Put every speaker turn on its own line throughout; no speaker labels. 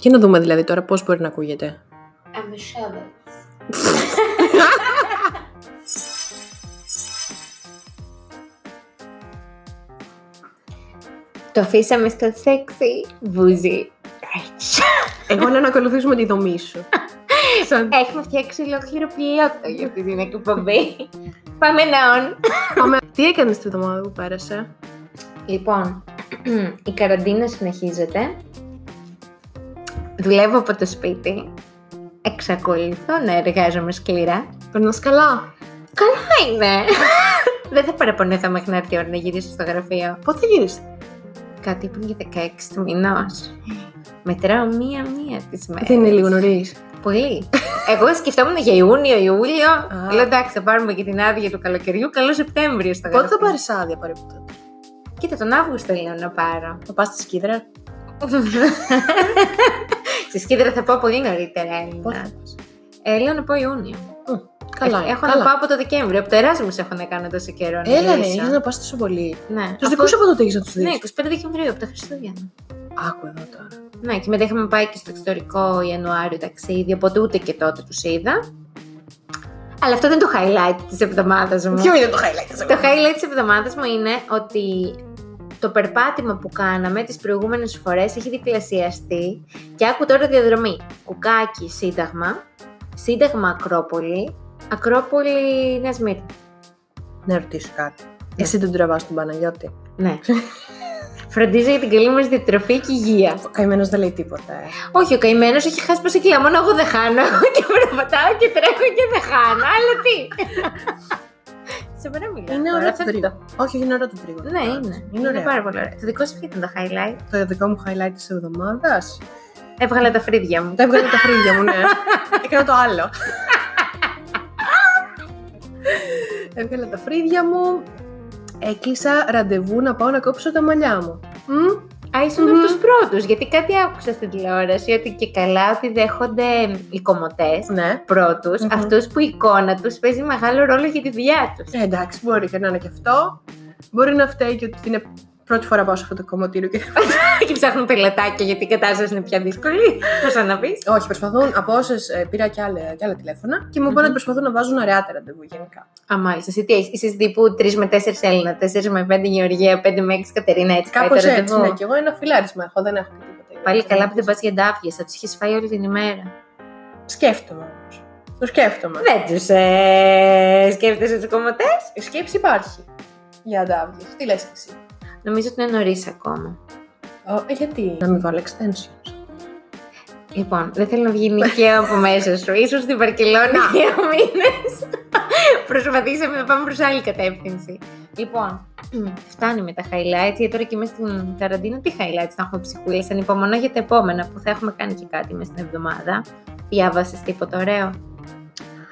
Για να δούμε δηλαδή τώρα πώς μπορεί να ακούγεται.
I'm a shovel. Το αφήσαμε στο sexy βουζί.
Εγώ λέω να ακολουθήσουμε τη δομή σου. Σαν...
Έχουμε φτιάξει ολόκληρο ποιότητα για αυτή την εκπομπή. Πάμε να on.
Πάμε. Τι έκανες τη βδομάδα που πέρασε.
Λοιπόν, η καραντίνα συνεχίζεται. Δουλεύω από το σπίτι. Εξακολουθώ να εργάζομαι σκληρά.
Περνάς καλά.
Καλά είναι. Δεν θα παραπονέθω μέχρι να έρθει η ώρα να γυρίσω στο γραφείο.
Πότε γύρισε.
Κάτι που για 16 του μηνός. Μετράω μία-μία τις μέρες.
Δεν είναι λίγο νωρίς.
Πολύ. Εγώ σκεφτόμουν για Ιούνιο, Ιούλιο. Λέω εντάξει, θα πάρουμε και την άδεια του καλοκαιριού. Καλό Σεπτέμβριο στο
Πότε
γραφείο.
θα πάρεις άδεια περίπου τότε.
Κοίτα, τον Αύγουστο λέω να πάρω.
Θα πας στη Σκύδρα.
Στη Σκύδρα θα πάω πολύ νωρίτερα, Έλληνα.
Πότε.
Ε, λέω να πάω Ιούνιο.
Καλά.
Ε, έχω
καλά.
να πάω από το Δεκέμβριο. Από το Εράσμους έχω να κάνω τόσο καιρό. να
Έλα, ρε,
γυρίσω.
έχεις να πας τόσο πολύ.
Ναι.
Τους δικούς σου από τότε έχεις να τους
Ναι,
δεις.
25 Δεκεμβρίου από τα Χριστούγεννα.
Άκου εδώ τώρα.
Ναι, και μετά είχαμε πάει και στο εξωτερικό Ιανουάριο ταξίδι, οπότε ούτε και τότε τους είδα. Αλλά αυτό δεν είναι το highlight της εβδομάδας μου.
Ποιο είναι το highlight
Το highlight της εβδομάδας μου είναι ότι το περπάτημα που κάναμε τις προηγούμενες φορές έχει διπλασιαστεί και άκου τώρα διαδρομή. Κουκάκι Σύνταγμα, Σύνταγμα Ακρόπολη, Ακρόπολη Νέα Σμύρνη.
Να ρωτήσω κάτι. Εσύ τον τραβάς τον Παναγιώτη.
Ναι. Φροντίζω για την καλή μας διατροφή και υγεία.
Ο καημένος δεν λέει τίποτα. ε.
Όχι, ο καημένος έχει χάσει πόσα κιλά. Μόνο εγώ δεν χάνω. Εγώ και περπατάω και τρέχω και δεν χάνω. Αλλά τι. Σε μένα μιλάω.
Είναι
τώρα,
ωραίο το
αυτό το-
τρίγωνο. Όχι, είναι ωραίο το τρίγωνο.
Ναι, είναι.
Είναι ωραίο.
πάρα πολύ ωραίο. Το δικό σου ποιο ήταν το highlight.
Το δικό μου highlight της εβδομάδας.
Έβγαλα τα φρύδια μου.
Τα έβγαλε τα φρύδια μου, ναι. Έκανα το άλλο. Έβγαλα τα φρύδια μου. Έκλεισα ραντεβού να πάω να κόψω τα μαλλιά μου. Μμ,
Α, ήσουν
Μμμ.
από τους πρώτους. Γιατί κάτι άκουσα στην τηλεόραση ότι και καλά ότι δέχονται οι κομμωτές
Ναι.
πρώτους,
Μμμ.
αυτούς που η εικόνα τους παίζει μεγάλο ρόλο για τη δουλειά τους.
Ε, εντάξει, μπορεί και να είναι και αυτό. Μπορεί να φταίει και ότι είναι πρώτη φορά πάω σε αυτό το κομμωτήριο και
και ψάχνουν πελατάκια γιατί η κατάσταση είναι πια δύσκολη. Πώς να πεις.
Όχι, προσπαθούν. Από όσες πήρα και άλλα, και άλλα τηλέφωνα και μου είπαν
Μμμ.
ότι προσπαθούν να βάζουν αραιάτερα ραντεβού γενικά.
Α, μάλιστα. Εσύ τι έχεις, είσαι τύπου 3 με 4 Έλληνα, 4 με 5 Γεωργία, 5 με 6 Κατερίνα, έτσι
Κάπως
πάει το
έτσι.
ραντεβού.
Ναι, και εγώ ένα φιλάρισμα έχω, δεν έχω και τίποτα.
Πάλι καλά που δεν πας για ντάφιες, θα τους είχε φάει όλη την ημέρα.
Σκέφτομαι όμως. Το σκέφτομαι.
Δεν τους ε, σκέφτεσαι τους κομμωτές.
Η σκέψη υπάρχει για αντάβγε. Τι λες εσύ.
Νομίζω ότι είναι νωρίς ακόμα.
Ε, γιατί. Να μην βάλω extensions.
Λοιπόν, δεν θέλω να βγει νοικία από μέσα σου. σω στην Βαρκελόνη δύο μήνες. Προσπαθήσαμε να πάμε προς άλλη κατεύθυνση. Λοιπόν, φτάνει με τα highlights. Γιατί τώρα και μέσα στην καραντίνα, τι highlights να έχουμε ψυχούλες. Ανυπομονώ για τα επόμενα που θα έχουμε κάνει και κάτι μέσα στην εβδομάδα. Διάβασες τίποτα ωραίο.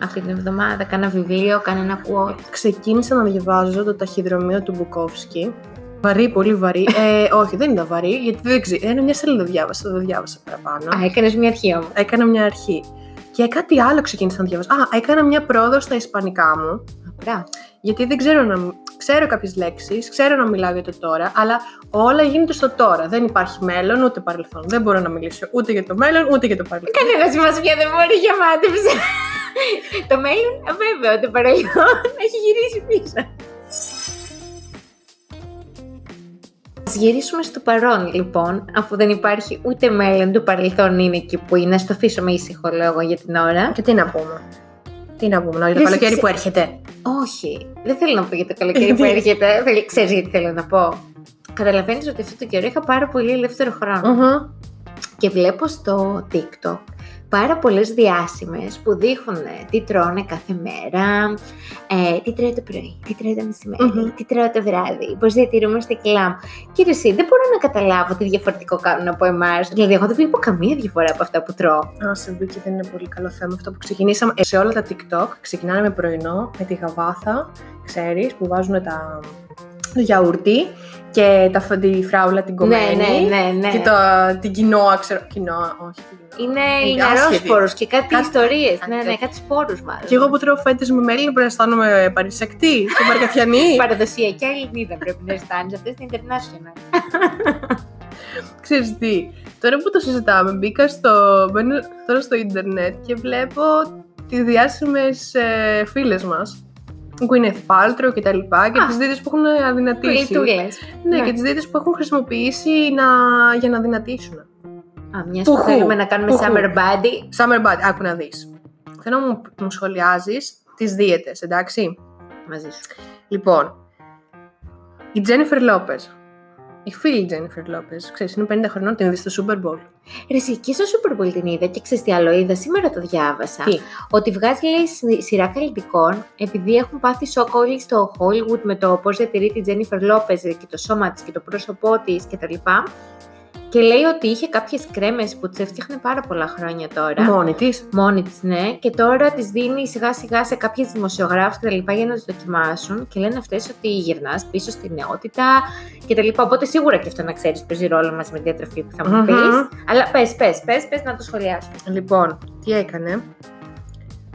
Αυτή την εβδομάδα, κάνα βιβλίο, κάνα ένα quote.
Ξεκίνησα να διαβάζω το ταχυδρομείο του Μπουκόφσκι. Βαρύ, πολύ βαρύ. Ε, όχι, δεν ήταν βαρύ, γιατί δεν ξέρω. Ένα μια σελίδα διάβασα, δεν διάβασα παραπάνω.
Α, έκανες μια αρχή όμως.
Έκανα μια αρχή. Και κάτι άλλο ξεκίνησα να διαβάζω. Α, έκανα μια πρόοδο στα ισπανικά μου.
Ωραία.
Γιατί δεν ξέρω να. Ξέρω κάποιες λέξεις, ξέρω να μιλάω για το τώρα, αλλά όλα γίνεται στο τώρα. Δεν υπάρχει μέλλον ούτε παρελθόν. Δεν μπορώ να μιλήσω ούτε για το μέλλον ούτε για το παρελθόν.
Κανένας μας πια δεν μπορεί για μάταιψε. το μέλλον, βέβαια, το παρελθόν έχει γυρίσει πίσω. Ας γυρίσουμε στο παρόν λοιπόν, αφού δεν υπάρχει ούτε μέλλον του παρελθόν είναι εκεί που είναι. Ας το αφήσω με ήσυχο λόγο για την ώρα.
Και τι να πούμε. Τι να πούμε, για το
Δεν
καλοκαίρι
σε-
που έρχεται.
Όχι, δεν θέλω να πω για το καλοκαίρι που
Γιατί?
έρχεται. Θέλ- Ξέρεις γιατί θέλω να πω. Καταλαβαίνεις ότι αυτό το καιρό είχα πάρα πολύ ελεύθερο χρόνο.
Μμμ.
και βλέπω στο TikTok πάρα πολλές διάσημες που δείχνουν ε, τι τρώνε κάθε μέρα, ε, τι τρώω το πρωί, τι τρώω το μεσημέρι,
Μμμ.
τι τρώω το βράδυ, πώς διατηρούμε στα κιλά μου. Κύριε εσύ, δεν μπορώ να καταλάβω τι διαφορετικό κάνουν από εμάς. Δηλαδή, εγώ δεν βλέπω καμία διαφορά από αυτά που τρώω.
Α, σε και δεν είναι πολύ καλό θέμα αυτό που ξεκινήσαμε. Ε, σε όλα τα TikTok ξεκινάνε με πρωινό, με τη γαβάθα, ξέρεις, που βάζουν τα... το γιαούρτι και τα... φ- τη φράουλα την κομμένη.
ναι, ναι.
Και το... την κοινόα, ξέρω. Κοινόα, όχι. την Κοινόα.
Είναι
άσχετη.
λιναρόσπορος και κάτι,
Κάτι-
ιστορίες.
κάτι
ναι, ναι,
τέτοιο.
κάτι σπόρους μάλλον.
Και εγώ που τρώω φέτες με μέλι, πρέπει να αισθάνομαι παρησεκτή και μαρκαθιανή.
Παραδοσιακή Ελληνίδα πρέπει να αισθάνεσαι. Αυτές είναι international.
Ξέρεις τι, τώρα που το συζητάμε, μπήκα στο, μπαίνω τώρα στο ίντερνετ και βλέπω τις διάσημες ε, φίλες μας. Γκουίνεθ Πάλτρο και τα λοιπά και
Α.
τις δίτες που έχουν αδυνατήσει.
Λιτούλες.
Ναι,
ναι.
και τις δίτες που έχουν χρησιμοποιήσει να, για να δυνατήσουν.
Α, μιας
Πουχού.
που θέλουμε να κάνουμε
Πουχού.
summer body.
Summer Body, άκου να δεις. Θέλω να μου, μου σχολιάζεις τις δίαιτες, εντάξει.
Μαζί σου.
Λοιπόν, η Τζένιφερ Λόπε. Η φίλη Τζένιφερ Λόπες. Ξέρεις, είναι 50 χρονών, την είδες στο Super Bowl.
Ρε, εσύ, και στο Super Bowl την είδα και ξέρεις τι άλλο είδα. Σήμερα το διάβασα.
Τι?
Ότι βγάζει λέει, σι- σειρά καλλιτικών επειδή έχουν πάθει σοκ όλοι στο Hollywood με το πώς διατηρεί τη Τζένιφερ Λόπεζ και το σώμα της και το πρόσωπό της κτλ. Και, τα λοιπά. και λέει ότι είχε κάποιες κρέμες που τις έφτιαχνε πάρα πολλά χρόνια τώρα.
Μόνη της.
Μόνη της, ναι. Και τώρα τη δίνει σιγά σιγά σε κάποιες δημοσιογράφους και τα λοιπά για να τι δοκιμάσουν. Και λένε αυτές ότι γυρνάς πίσω στη νεότητα και τα λοιπά. Οπότε σίγουρα και αυτό να ξέρεις παίζει ρόλο μας με τη διατροφή που θα μου
Μμμ.
πεις. Αλλά πες, πες, πες, πες να το σχολιάσω.
Λοιπόν, τι έκανε.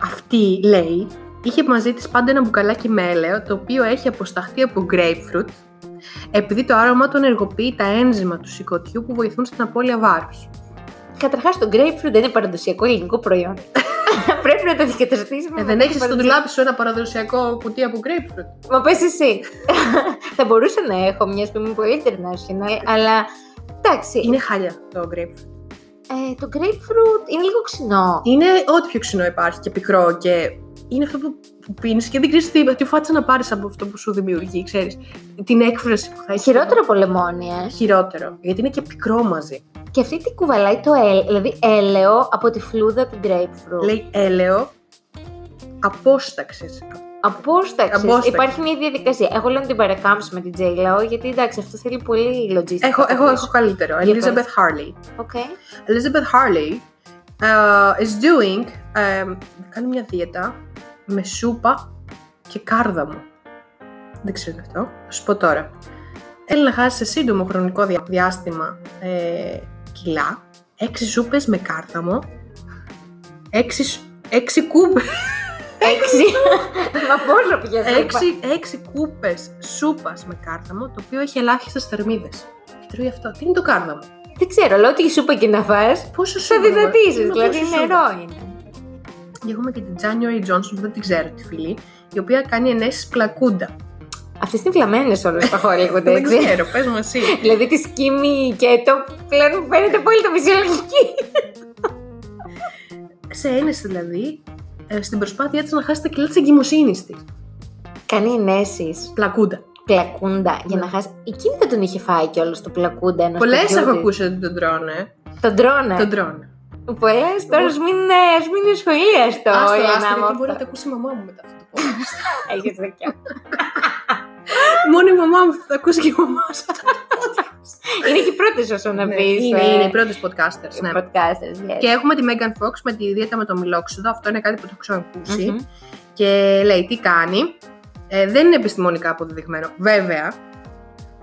Αυτή λέει, είχε μαζί της πάντα ένα μπουκαλάκι με έλαιο, το οποίο έχει αποσταχθεί από grapefruit, επειδή το άρωμα του ενεργοποιεί τα ένζημα του σηκωτιού που βοηθούν στην απώλεια βάρους. Ε,
Καταρχάς, το grapefruit δεν είναι παραδοσιακό ελληνικό προϊόν. Πρέπει να το δικαιολογήσουμε.
Ε, δεν έχει στο ντουλάπι σου ένα παραδοσιακό κουτί από grapefruit.
Μα πες εσύ. θα μπορούσα να έχω μιας που είμαι πολύ international, αλλά. Εντάξει,
Είναι χάλια το grapefruit.
ε, το grapefruit είναι λίγο ξινό.
Είναι ό,τι πιο ξινό υπάρχει και πικρό και είναι αυτό που, που πίνεις και δεν ξέρεις τι, τι φάτσα να πάρεις από αυτό που σου δημιουργεί, ξέρεις. Την έκφραση που θα έχεις.
Χειρότερο από λεμόνι, ε.
Χειρότερο. Γιατί είναι και πικρό μαζί.
Και αυτή τι κουβαλάει το έλαιο, δηλαδή έλαιο από τη φλούδα του grapefruit.
Λέει έλαιο απόσταξης.
Απόσταξης.
Απόσταξης.
Υπάρχει μια διαδικασία. Εγώ λέω να την παρακάμψω με την Τζέιλαο, γιατί εντάξει, αυτό θέλει πολύ logistics.
Έχω,
από
έχω,
πίσω.
έχω καλύτερο.
Για πες.
Elizabeth Harley.
Οκ.
Elizabeth Harley uh, is doing. um, κάνει μια δίαιτα με σούπα και κάρδαμο. Δεν ξέρω αυτό. Θα σου πω τώρα. Θέλει να χάσεις σε σύντομο χρονικό δια- διάστημα ε, κιλά. Έξι σούπες με κάρδαμο. Έξι, σ- έξι, κούπες,
Έξι. Μα πόσο πιέζει.
έξι, έξι κούπες σούπας με κάρδαμο, το οποίο έχει ελάχιστες θερμίδες. Και τρώει αυτό. Τι είναι το κάρδαμο.
Δεν ξέρω, λέω ότι η σούπα και να φας,
Πόσο
θα
σούπα.
δυνατίζεις,
μα,
δηλαδή
πόσο σούπα.
νερό είναι.
Και έχουμε και την January Johnson που δεν την ξέρω τη φίλη, η οποία κάνει ενέσεις πλακούντα.
Αυτές είναι βλαμμένες όλες τα Hollywood,
Δεν
έτσι.
ξέρω, πες μου εσύ.
δηλαδή τη σκήμη και το πλέον μου φαίνεται πολύ το φυσιολογική.
Σε ένεση δηλαδή, ε, στην προσπάθειά της να χάσει τα κιλά της εγκυμοσύνης της.
Κάνει ενέσεις.
Πλακούντα.
πλακούντα για να
Ναι.
χάσει. Εκείνη δεν τον είχε φάει κιόλας το πλακούντα ενός
Πολλές έχω ακούσει ότι τον τρώνε.
Τον τρώνε.
Τον τρώνε.
Πολλέ τώρα ας μην, ε, ας μην είναι σχολεία στο
Άστο,
Έλενα
άστο,
μου
γιατί
αυτό.
μπορεί να τα ακούσει η μαμά μου μετά αυτό το podcast.
Έχεις δίκιο.
Μόνο η μαμά μου θα τα ακούσει και η μαμά σου.
είναι και οι πρώτες όσο να
Ναι,
πεις.
Είναι,
ε,
είναι οι πρώτες podcasters. ναι.
podcasters, yes.
Και έχουμε τη Megan Fox με τη δίαιτα με το μιλόξιδο. Αυτό είναι κάτι που το έχω ξανακούσει.
Μμμ.
Και λέει τι κάνει. Ε, δεν είναι επιστημονικά αποδεδειγμένο, βέβαια.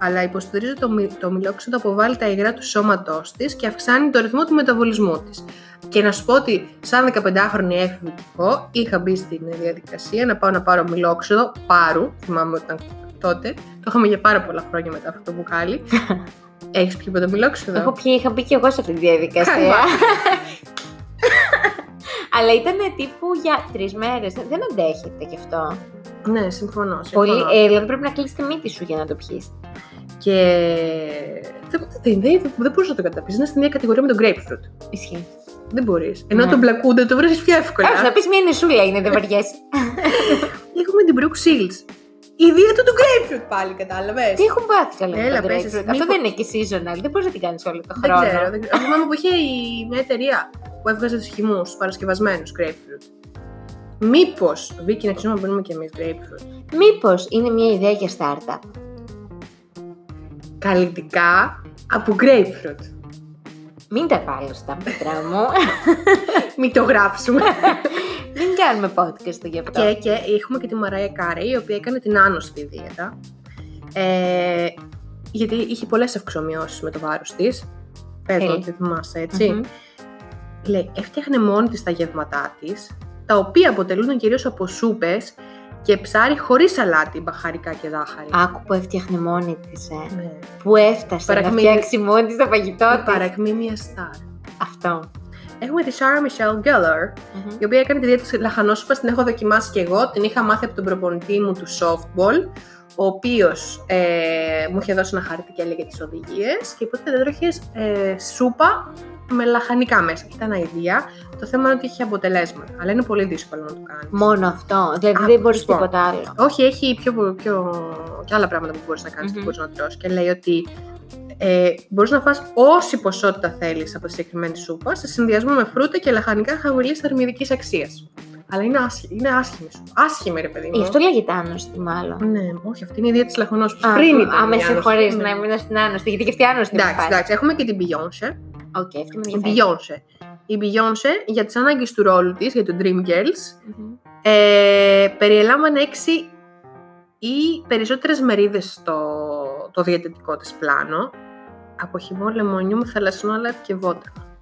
Αλλά υποστηρίζει το, μυ- το μιλόξιδο αποβάλλει τα υγρά του σώματός της και αυξάνει το ρυθμό του μεταβολισμού της. Και να σου πω ότι, σαν 15χρονη έφηβη κι εγώ, είχα μπει στην διαδικασία να πάω να πάρω μιλόξιδο πάρου. Θυμάμαι όταν τότε. Το είχαμε για πάρα πολλά χρόνια μετά αυτό το μπουκάλι. Έχεις πιει ποτέ μιλόξιδο.
Έχω πιει, είχα μπει και εγώ σε αυτή τη διαδικασία.
Καλά.
Αλλά ήταν τύπου για τρεις μέρες. Δεν αντέχεται κι αυτό.
Ναι, συμφωνώ. συμφωνώ.
Πολύ, ε, δηλαδή πρέπει να κλείσει τη μύτη σου για να το πιεις.
Και δεν, δεν, δεν, δεν μπορείς να το καταπείς. Είναι στην ίδια κατηγορία με τον grapefruit.
Ισχύει.
Δεν μπορείς. Ενώ
Ναι.
τον μπλακούντα το βρει πιο εύκολα.
Όχι, να πεις μια νεσούλα είναι, δεν βαριέσαι.
Έχουμε την Brooke Shields. Η δίαιτα του grapefruit πάλι, κατάλαβες.
Τι έχουν πάθει καλά
Έλα,
με τον
πες
grapefruit.
εσύ,
Αυτό
μήπως-
δεν είναι και seasonal. Δεν μπορείς να την κάνεις όλο τον
Δεν
χρόνο.
ξέρω. Δεν ξέρω. Θυμάμαι που είχε η- μια εταιρεία που έβγαζε τους χυμούς, του παρασκευασμένους grapefruit. Μήπως, Βίκυ, να χρησιμοποιούμε και εμείς grapefruit.
Μήπως είναι μια ιδέα για startup.
Καλλιτικά από grapefruit.
Μην τα βάλω στα μέτρα μου.
Μην το γράψουμε.
Μην κάνουμε podcast γι' αυτό.
και, και έχουμε και τη Μαράια Κάρη, η οποία έκανε την άνοστη δίαιτα. Ε, γιατί είχε πολλές αυξομοιώσεις με το βάρος της. Πες μου
Τέλεια.
ότι θυμάσαι, έτσι.
Μμμ.
Λέει, έφτιαχνε μόνη της τα γεύματά της, τα οποία αποτελούν κυρίως από σούπες και ψάρι χωρίς σαλάτι, μπαχαρικά και ζάχαρη.
Άκου που έφτιαχνε μόνη της, ε.
Ναι.
Που έφτασε να
Παρακμή-
φτιάξει μόνη της το φαγητό της.
Παρακμή μια star.
Αυτό.
Έχουμε τη Sarah Michelle Gellar,
Μμμ.
η οποία έκανε τη δίαιτα της λαχανόσουπας, την έχω δοκιμάσει και εγώ, την είχα μάθει από τον προπονητή μου του softball, ο οποίος ε, μου είχε δώσει ένα χάρτη και έλεγε τις οδηγίες και υποτίθεται έτρωχες ε, σούπα με λαχανικά μέσα. Ήταν αηδία. Το θέμα είναι ότι είχε αποτελέσματα, αλλά είναι πολύ δύσκολο να το κάνεις.
Μόνο αυτό. Δηλαδή
Α,
δεν μπορεί
λοιπόν.
τίποτα άλλο.
Όχι, έχει πιο, πιο... και άλλα πράγματα που μπορείς να κάνεις και
Μμμ.
μπορείς να τρως και λέει ότι ε, μπορείς να φας όση ποσότητα θέλεις από τη συγκεκριμένη σούπα σε συνδυασμό με φρούτα και λαχανικά χαμηλής θερμιδικής αξίας. Αλλά είναι, άσχη, είναι άσχημη σου. Άσχημη ρε παιδί μου.
Γι' αυτό λέγεται άνοστη, μάλλον.
Ναι, όχι, αυτή είναι η ιδέα της λαχανός.
Α,
Πριν ήταν
Α, με
η άνοστη.
συγχωρείς
Ναι.
να ήμουν στην άνοστη, γιατί και αυτή η άνοστη μου
Εντάξει,
φάνηκε.
εντάξει, έχουμε και την Beyoncé.
Οκ, αυτή με
Η
ενδιαφέρει.
Beyoncé. Η Beyoncé για τις ανάγκες του ρόλου της, για το Dream Girls,
Μμμ.
Ε, περιέλαμβανε έξι ή περισσότερες μερίδες στο το διατετικό της πλάνο από χυμό λεμονιού με θαλασσινό αλάτι και βότανα.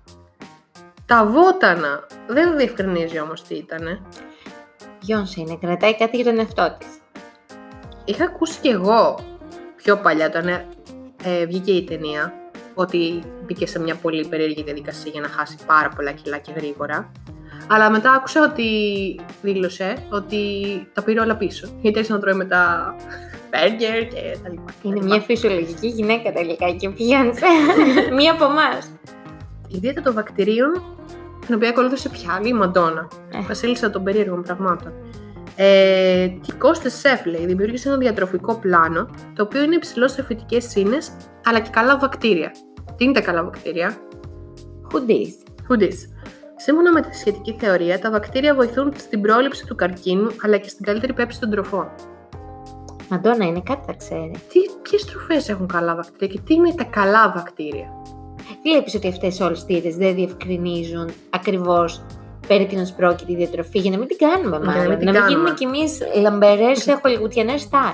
Τα βότανα δεν διευκρινίζει όμως τι ήτανε.
Γιόνσε είναι, κρατάει κάτι για τον εαυτό της.
Είχα ακούσει κι εγώ πιο παλιά όταν ε, ε, βγήκε η ταινία ότι μπήκε σε μια πολύ περίεργη διαδικασία για να χάσει πάρα πολλά κιλά και γρήγορα. Αλλά μετά άκουσα ότι δήλωσε ότι τα πήρε όλα πίσω. Γιατί άρχισε να τρώει μετά μπέργκερ και τα λοιπά. και τα
Είναι
λοιπά.
μια φυσιολογική γυναίκα τελικά και Beyoncé. Μία από εμάς.
Η δίαιτα των βακτηρίων, την οποία ακολούθησε πια άλλη η Μαντόνα.
Ε.
Βασίλισσα των περίεργων πραγμάτων. Ε, η Κώστας Σεφ, λέει, δημιούργησε ένα διατροφικό πλάνο, το οποίο είναι υψηλό σε φυτικές ίνες, αλλά και καλά βακτήρια. Τι είναι τα καλά βακτήρια?
Χουντή.
Χουντής. Σύμφωνα με τη σχετική θεωρία, τα βακτήρια βοηθούν στην πρόληψη του καρκίνου, αλλά και στην καλύτερη πέψη των τροφών.
Μαντόνα είναι κάτι τα ξέρει.
Τι, ποιες τροφές έχουν καλά βακτήρια και τι είναι τα καλά βακτήρια.
Βλέπεις ότι αυτές όλες οι δίαιτες δεν διευκρινίζουν ακριβώς περί τίνος πρόκειται η διατροφή για να μην την
να
κάνουμε
μην
μάλλον.
την
να μην
κάνουμε.
γίνουμε κι εμείς λαμπερές χολιγουτιανέ στάρ.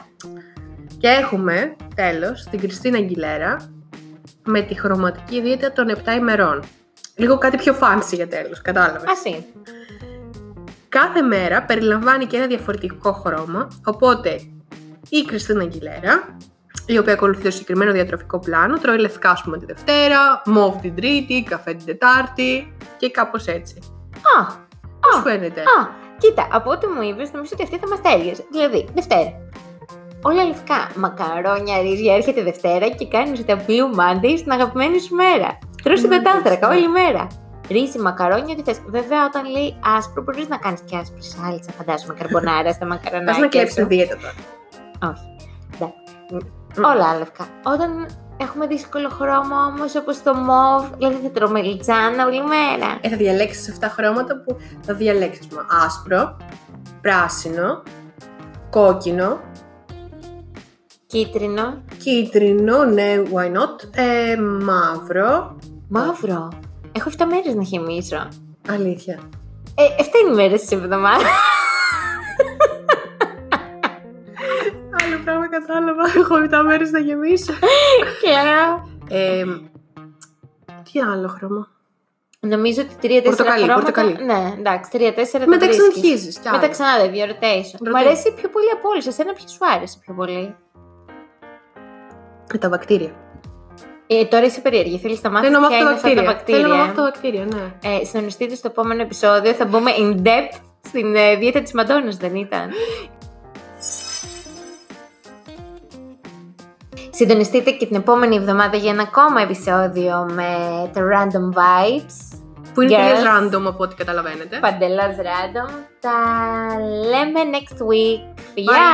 Και έχουμε, τέλος, την Κριστίνα Αγγιλέρα με τη χρωματική δίαιτα των 7 ημερών. Λίγο κάτι πιο fancy για τέλος, κατάλαβες.
Ας είναι.
Κάθε μέρα περιλαμβάνει και ένα διαφορετικό χρώμα, οπότε η Κριστίνα Αγγιλέρα, η οποία ακολουθεί το συγκεκριμένο διατροφικό πλάνο, τρώει λευκά ας πούμε τη Δευτέρα, μόβ την Τρίτη, καφέ την Τετάρτη και κάπως έτσι.
Α,
Πώς
Α,
φαίνεται.
α, κοίτα, από ό,τι μου είπες, νομίζω ότι αυτή θα μας τέλειωσε. Δηλαδή, Δευτέρα. Όλα λευκά. Μακαρόνια, ρύζια, έρχεται Δευτέρα και κάνεις τα Blue Monday στην αγαπημένη σου μέρα. Τρως την
Ναι,
πετάνθρακα
ναι.
όλη μέρα. Ρύζι, μακαρόνια, ό,τι θες. Βέβαια, όταν λέει άσπρο, μπορείς να κάνεις και άσπρη σάλτσα, φαντάζομαι, καρμπονάρα στα μακαρονάκια.
Πας να κλέψεις
σου.
τη δίαιτα τώρα.
Όχι. Εντάξει. Όλα λευκά. Όταν έχουμε δύσκολο χρώμα όμως, όπως το μοβ, δηλαδή θα τρώμε λιτσάνα όλη μέρα.
Ε, θα διαλέξεις 7 χρώματα που θα διαλέξεις μα άσπρο, πράσινο, κόκκινο,
Κίτρινο,
κίτρινο, ναι, why not, ε, μαύρο,
μαύρο. Έχω 7 μέρες να χυμίσω.
αλήθεια.
Ε, 7 είναι οι μέρες της εβδομάδας.
Άλλο πράγμα κατάλαβα. Έχω 7 μέρες να γεμίσω. Ε, τι άλλο χρώμα.
Νομίζω ότι 3-4
Πορτοκαλί,
χρώματα.
πορτοκαλί.
Ναι, εντάξει, 3-4 τα
Μετά
βρίσκεις.
ξαναρχίζεις κι άλλο.
Μετά ξανά δεν δύο rotation. Μου
Rotation.
αρέσει πιο πολύ από όλες. Εσένα ποιο σου άρεσε πιο πολύ.
Με τα βακτήρια.
Ε, τώρα είσαι περίεργη. Θέλεις να μάθεις
Θέλω να μάθω
ποια
τα
είναι αυτά
βακτήρια.
τα βακτήρια.
Θέλω να μάθω τα βακτήρια, ναι.
Ε, συντονιστείτε στο επόμενο επεισόδιο. Θα μπούμε in depth στην ε, δίαιτα της Μαντώνας, δεν ήταν. Συντονιστείτε και την επόμενη εβδομάδα για ένα ακόμα επεισόδιο με το Random Vibes.
Που είναι
Yes.
πολύ random από ό,τι καταλαβαίνετε.
Παντελώς random. Τα λέμε next week. Φιλιά!